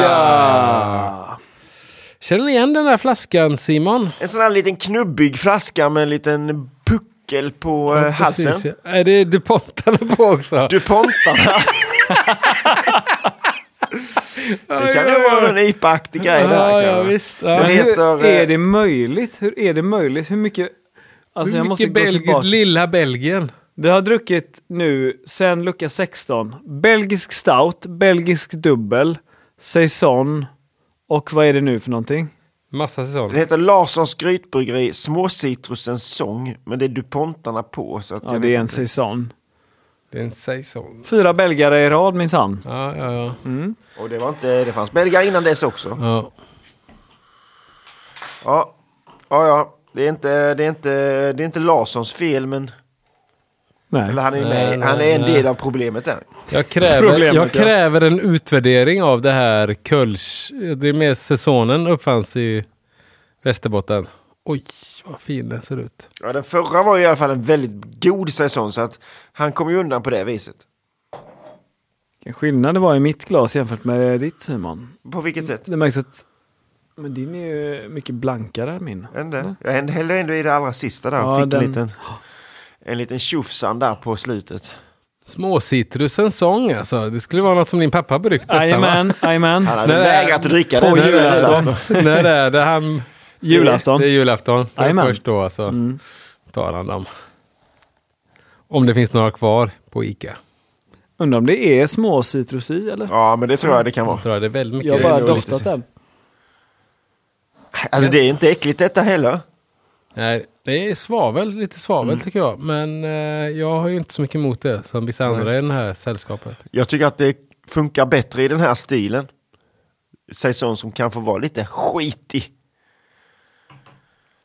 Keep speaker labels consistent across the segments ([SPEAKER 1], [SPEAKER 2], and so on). [SPEAKER 1] Halleluja!
[SPEAKER 2] Känner ni igen den där flaskan Simon?
[SPEAKER 1] En sån här liten knubbig flaska med en liten puckel på eh, halsen.
[SPEAKER 2] Precis, ja. Är det DuPontarna på också?
[SPEAKER 1] DuPontarna. det kan nog vara en IPA-aktig grej
[SPEAKER 2] Ja,
[SPEAKER 1] där.
[SPEAKER 2] ja,
[SPEAKER 1] kanske.
[SPEAKER 2] visst. Ja.
[SPEAKER 1] Den
[SPEAKER 2] Hur
[SPEAKER 1] heter...
[SPEAKER 3] Hur
[SPEAKER 1] eh,
[SPEAKER 3] är det möjligt? Hur är det möjligt? Hur mycket? Alltså jag måste
[SPEAKER 2] mycket
[SPEAKER 3] gå
[SPEAKER 2] belgisk,
[SPEAKER 3] tillbaka.
[SPEAKER 2] lilla Belgien?
[SPEAKER 3] Vi har druckit nu sen lucka 16. Belgisk stout, belgisk dubbel, saison och vad är det nu för någonting?
[SPEAKER 2] Massa
[SPEAKER 1] Den
[SPEAKER 2] säsonger.
[SPEAKER 1] heter Larssons grytbryggeri, Småcitrusens sång. Men det är DuPontarna på. Så att
[SPEAKER 3] Ja,
[SPEAKER 1] jag
[SPEAKER 3] det
[SPEAKER 1] vet
[SPEAKER 3] är en
[SPEAKER 1] inte.
[SPEAKER 3] saison.
[SPEAKER 2] Det är en säsong.
[SPEAKER 3] Fyra belgare i rad minsann.
[SPEAKER 2] Ja, ja, ja.
[SPEAKER 1] Och det var inte... Det fanns belgare innan dess också.
[SPEAKER 2] ja.
[SPEAKER 1] Ja, ja. ja. Det är inte, det är inte, det är inte Larssons fel, men...
[SPEAKER 3] Nej.
[SPEAKER 1] Eller han är,
[SPEAKER 2] Nej,
[SPEAKER 1] med, han är
[SPEAKER 2] nej,
[SPEAKER 1] en
[SPEAKER 2] nej.
[SPEAKER 1] del av problemet där.
[SPEAKER 2] Jag, kräver,
[SPEAKER 3] Problemet,
[SPEAKER 2] jag
[SPEAKER 3] ja.
[SPEAKER 2] kräver en utvärdering av det här Kölsch. Det är med säsongen uppfanns i Västerbotten. Oj, vad fin den ser ut.
[SPEAKER 1] Ja, den förra var ju i alla fall en väldigt god säsong, så att han kom ju undan på det viset.
[SPEAKER 3] Vilken skillnad det var i mitt glas jämfört med ditt Simon.
[SPEAKER 1] På vilket sätt?
[SPEAKER 3] Det märks att men din är ju mycket blankare än min.
[SPEAKER 1] Hände? Jag hände, hällde ändå i det allra sista där.
[SPEAKER 3] Ja,
[SPEAKER 1] Fick
[SPEAKER 3] den-
[SPEAKER 1] en liten, en liten tjofsan där på slutet.
[SPEAKER 2] Småcitrusens sång alltså. Det skulle vara något som din pappa bryggt nästan va?
[SPEAKER 3] Jajamän, jajamän.
[SPEAKER 1] Han hade
[SPEAKER 2] Nej,
[SPEAKER 1] vägrat att dricka den.
[SPEAKER 3] på
[SPEAKER 2] När är
[SPEAKER 3] julafton.
[SPEAKER 2] det? När är det? Han...
[SPEAKER 3] Julafton.
[SPEAKER 2] Det är julafton. Det är
[SPEAKER 3] Jajamän. Mm.
[SPEAKER 2] först då alltså. Tar han dem. Om det finns några kvar på Ica.
[SPEAKER 3] Undrar om det är små citrus i eller?
[SPEAKER 1] Ja, men det tror jag det kan vara.
[SPEAKER 2] Jag tror det är väldigt mycket.
[SPEAKER 3] Jag har
[SPEAKER 1] är
[SPEAKER 3] bara
[SPEAKER 1] nog
[SPEAKER 3] doftat
[SPEAKER 1] lite-
[SPEAKER 3] den.
[SPEAKER 1] Alltså det är inte äckligt detta heller.
[SPEAKER 2] Nej, det är svavel, lite svavel
[SPEAKER 3] Mm.
[SPEAKER 2] tycker jag. Men eh, jag har ju inte så mycket emot det som vissa andra i det här sällskapet.
[SPEAKER 1] Jag tycker att det funkar bättre i den här stilen. Säsong som kan få vara lite skitig.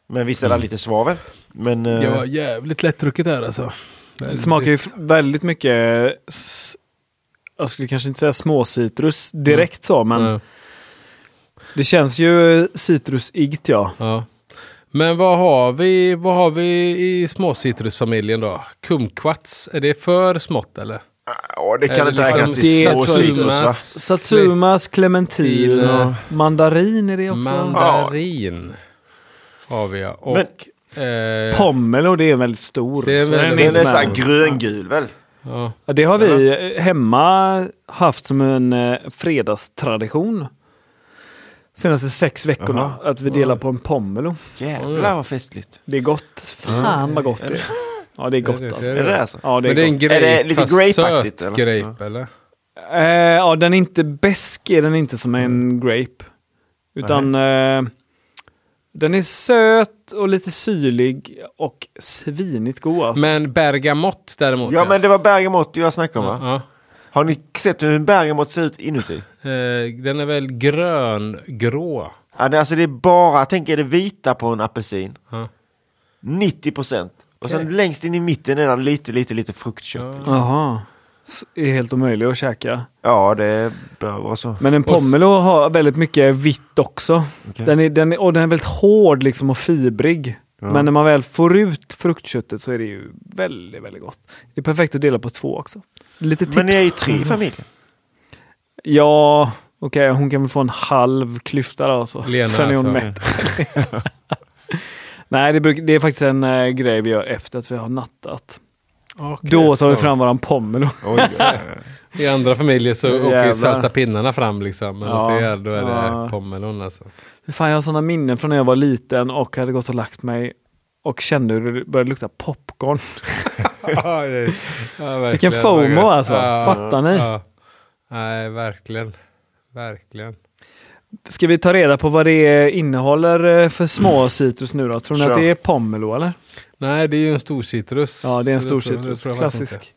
[SPEAKER 1] Men visst är det
[SPEAKER 3] Mm.
[SPEAKER 1] lite svavel. Men eh,
[SPEAKER 2] Det var jävligt lättdrucket här alltså.
[SPEAKER 3] Det smakar ju f- väldigt mycket, s- jag skulle kanske inte säga småcitrus direkt så, men
[SPEAKER 2] Ja,
[SPEAKER 3] det känns ju citrusigt ja.
[SPEAKER 2] ja. Men vad har vi, vad har vi i småcitrusfamiljen då? Kumquats, är det för smått eller?
[SPEAKER 1] ja, det
[SPEAKER 2] är
[SPEAKER 1] kan
[SPEAKER 2] det
[SPEAKER 1] inte
[SPEAKER 2] liksom
[SPEAKER 1] räknas till små
[SPEAKER 3] satsumas?
[SPEAKER 1] citrus va?
[SPEAKER 3] Satsumas, clementin
[SPEAKER 2] Clementin,
[SPEAKER 3] och mandarin är det också.
[SPEAKER 2] Mandarin har vi ja. Och, eh,
[SPEAKER 3] Pommel och det är väldigt stor.
[SPEAKER 2] Det är
[SPEAKER 3] så
[SPEAKER 2] väl-
[SPEAKER 3] den
[SPEAKER 2] det är
[SPEAKER 1] Den
[SPEAKER 3] inte
[SPEAKER 1] är
[SPEAKER 3] med.
[SPEAKER 1] så här gröngul väl?
[SPEAKER 2] ja.
[SPEAKER 3] Ja, det har vi eh, hemma haft som en eh, fredagstradition. Senaste sex veckorna. Att vi delar på en pommelo.
[SPEAKER 1] Jävlar vad festligt.
[SPEAKER 3] Det är gott. Fan vad gott det är. Ja det är gott
[SPEAKER 2] Det är det.
[SPEAKER 3] alltså.
[SPEAKER 1] Är det alltså?
[SPEAKER 3] Ja, det är
[SPEAKER 2] Men det är en
[SPEAKER 3] gott.
[SPEAKER 2] grape,
[SPEAKER 1] Är det lite
[SPEAKER 2] fast
[SPEAKER 1] grapeaktigt,
[SPEAKER 2] söt
[SPEAKER 1] eller?
[SPEAKER 2] grape eller?
[SPEAKER 3] Eh, ja, den är inte besk är den inte som
[SPEAKER 1] Mm.
[SPEAKER 3] en grape. Utan eh, den är söt och lite syrlig och svinigt god alltså.
[SPEAKER 2] Men bergamott däremot.
[SPEAKER 1] Ja men det var bergamott jag snackade om va?
[SPEAKER 2] ja.
[SPEAKER 1] Har ni sett hur en bergamott ser ut inuti?
[SPEAKER 2] Eh, den är väl gröngrå.
[SPEAKER 1] Ja, det- Alltså det är bara, tänk er det vita på en apelsin.
[SPEAKER 2] Ja.
[SPEAKER 1] 90 procent. Och sen
[SPEAKER 2] Okej.
[SPEAKER 1] längst in i mitten är det lite, lite, lite fruktkött.
[SPEAKER 2] Ja.
[SPEAKER 1] liksom.
[SPEAKER 3] Jaha. S- Är helt omöjlig att käka.
[SPEAKER 1] Ja, det bör vara så.
[SPEAKER 3] Men en
[SPEAKER 2] Och s-
[SPEAKER 3] pomelo har väldigt mycket vitt också.
[SPEAKER 1] Okej.
[SPEAKER 3] Den är, den är, och den är väldigt hård liksom och fibrig.
[SPEAKER 1] Ja.
[SPEAKER 3] Men när man väl får ut fruktköttet så är det ju väldigt, väldigt gott. Det är perfekt att dela på två också. Lite tips.
[SPEAKER 1] Men ni är ju tre i familjen.
[SPEAKER 3] Ja, okej, hon kan väl få en halv klyfta då. Så.
[SPEAKER 2] Lena,
[SPEAKER 3] Sen är hon
[SPEAKER 2] alltså.
[SPEAKER 3] mätt. Nej, det, bruk, det är faktiskt en eh, grej vi gör efter att vi har nattat.
[SPEAKER 2] Okej,
[SPEAKER 3] Då tar vi
[SPEAKER 2] så.
[SPEAKER 3] fram våran pomelo.
[SPEAKER 1] Oj, oj, oj.
[SPEAKER 2] I andra familjer så
[SPEAKER 3] Jävlar.
[SPEAKER 2] åker ju salta pinnarna fram liksom. Men
[SPEAKER 3] Ja.
[SPEAKER 2] hos er då är det
[SPEAKER 3] Ja.
[SPEAKER 2] pommelon alltså.
[SPEAKER 3] Hur Fan, jag har sådana minnen från när jag var liten och hade gått och lagt mig och kände hur det började lukta popcorn.
[SPEAKER 2] ja, det, ja, verkligen.
[SPEAKER 3] Vilken FOMO alltså,
[SPEAKER 2] Ja,
[SPEAKER 3] fattar ni?
[SPEAKER 2] ja. Nej, verkligen. Verkligen.
[SPEAKER 3] Ska vi ta reda på vad det innehåller eh, för små citrus nu då? Tror ni
[SPEAKER 1] Kör.
[SPEAKER 3] att det är pomelo eller?
[SPEAKER 2] Nej, det är ju en stor citrus.
[SPEAKER 3] Ja, det är en
[SPEAKER 2] Så
[SPEAKER 3] stor
[SPEAKER 2] tror- det
[SPEAKER 3] citrus.
[SPEAKER 2] tror jag faktiskt inte.
[SPEAKER 3] Klassisk.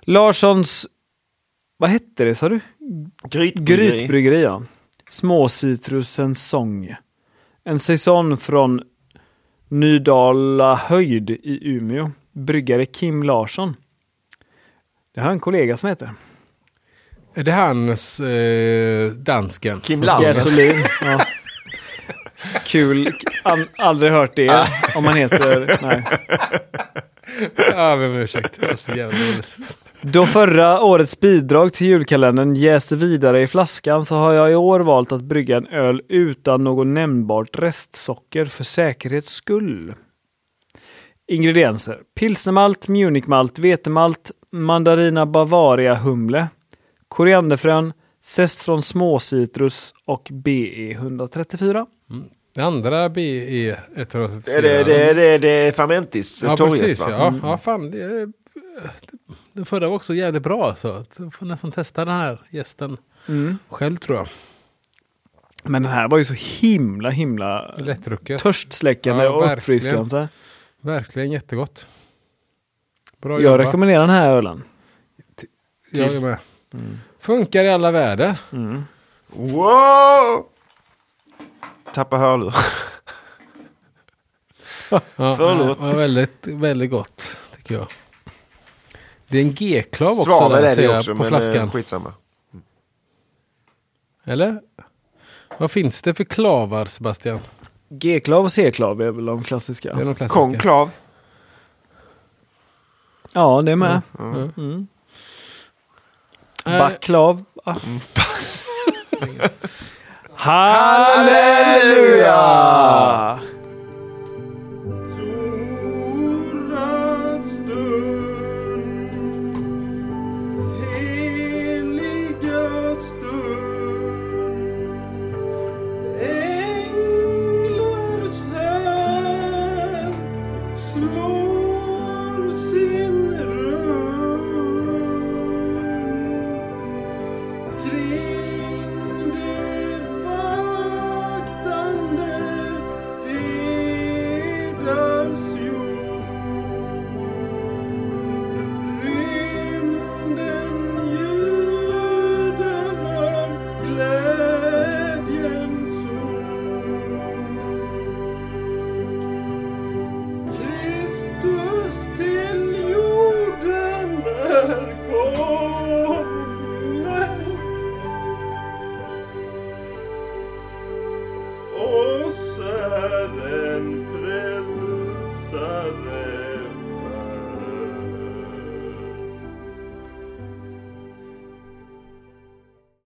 [SPEAKER 3] Larssons... Vad hette det sa du?
[SPEAKER 1] Grytbryggeri.
[SPEAKER 3] Grytbryggeri ja. Småcitrusens sång. En säsong från Nydala höjd i Umeå. Bryggare Kim Larsson. Det har en kollega som heter.
[SPEAKER 2] Är det hans, eh, dansken?
[SPEAKER 1] Kim
[SPEAKER 2] Som-
[SPEAKER 1] Larsen.
[SPEAKER 3] Gasolin. Ja. Kul. An- aldrig hört det. Om man heter... Nej.
[SPEAKER 2] Ja, men ursäkta. Det var så jävla roligt.
[SPEAKER 3] Då förra årets bidrag till julkalendern jäser vidare i flaskan så har jag i år valt att brygga en öl utan något nämnbart restsocker för säkerhets skull. Ingredienser. Pilsnermalt, munikmalt, vetemalt, mandarina bavaria humle, korianderfrön, zest från småcitrus och E BE 134.
[SPEAKER 2] Det andra BE 134.
[SPEAKER 1] Det är det, det, är- det, är- det är Fermentis,
[SPEAKER 2] Ja,
[SPEAKER 1] Torjes,
[SPEAKER 2] precis.
[SPEAKER 1] va?
[SPEAKER 2] Ja, ja, fan. Det, är- den förra var också jävligt bra. Så att jag får nästan testa den här gästen
[SPEAKER 3] Mm.
[SPEAKER 2] själv tror jag.
[SPEAKER 3] Men den här var ju så himla himla
[SPEAKER 2] Lättrucket.
[SPEAKER 3] törstsläckande
[SPEAKER 2] Ja,
[SPEAKER 3] och
[SPEAKER 2] verkligen.
[SPEAKER 3] uppfriskande.
[SPEAKER 2] Verkligen jättegott. Bra
[SPEAKER 3] Jag
[SPEAKER 2] jobbat.
[SPEAKER 3] rekommenderar den här ölen.
[SPEAKER 2] Jag är med.
[SPEAKER 3] Mm.
[SPEAKER 2] Funkar i alla väder.
[SPEAKER 1] Wow! Tappa hörlurar.
[SPEAKER 2] Ja,
[SPEAKER 1] Förlåt.
[SPEAKER 2] ja, väldigt, väldigt gott tycker jag. Det är en G-klav också
[SPEAKER 1] Svavel
[SPEAKER 2] där,
[SPEAKER 1] är
[SPEAKER 2] ser
[SPEAKER 1] det
[SPEAKER 2] jag
[SPEAKER 1] också,
[SPEAKER 2] på
[SPEAKER 1] men
[SPEAKER 2] flaskan.
[SPEAKER 1] eh, skitsamma.
[SPEAKER 2] Eller? Vad finns det för klavar Sebastian?
[SPEAKER 3] G-klav och C-klav är väl de klassiska.
[SPEAKER 2] Det är de klassiska.
[SPEAKER 1] Konklav.
[SPEAKER 3] Ja, det är med.
[SPEAKER 2] Mm.
[SPEAKER 3] Mm.
[SPEAKER 2] Eh,
[SPEAKER 3] Backlav. Ah. Halleluja!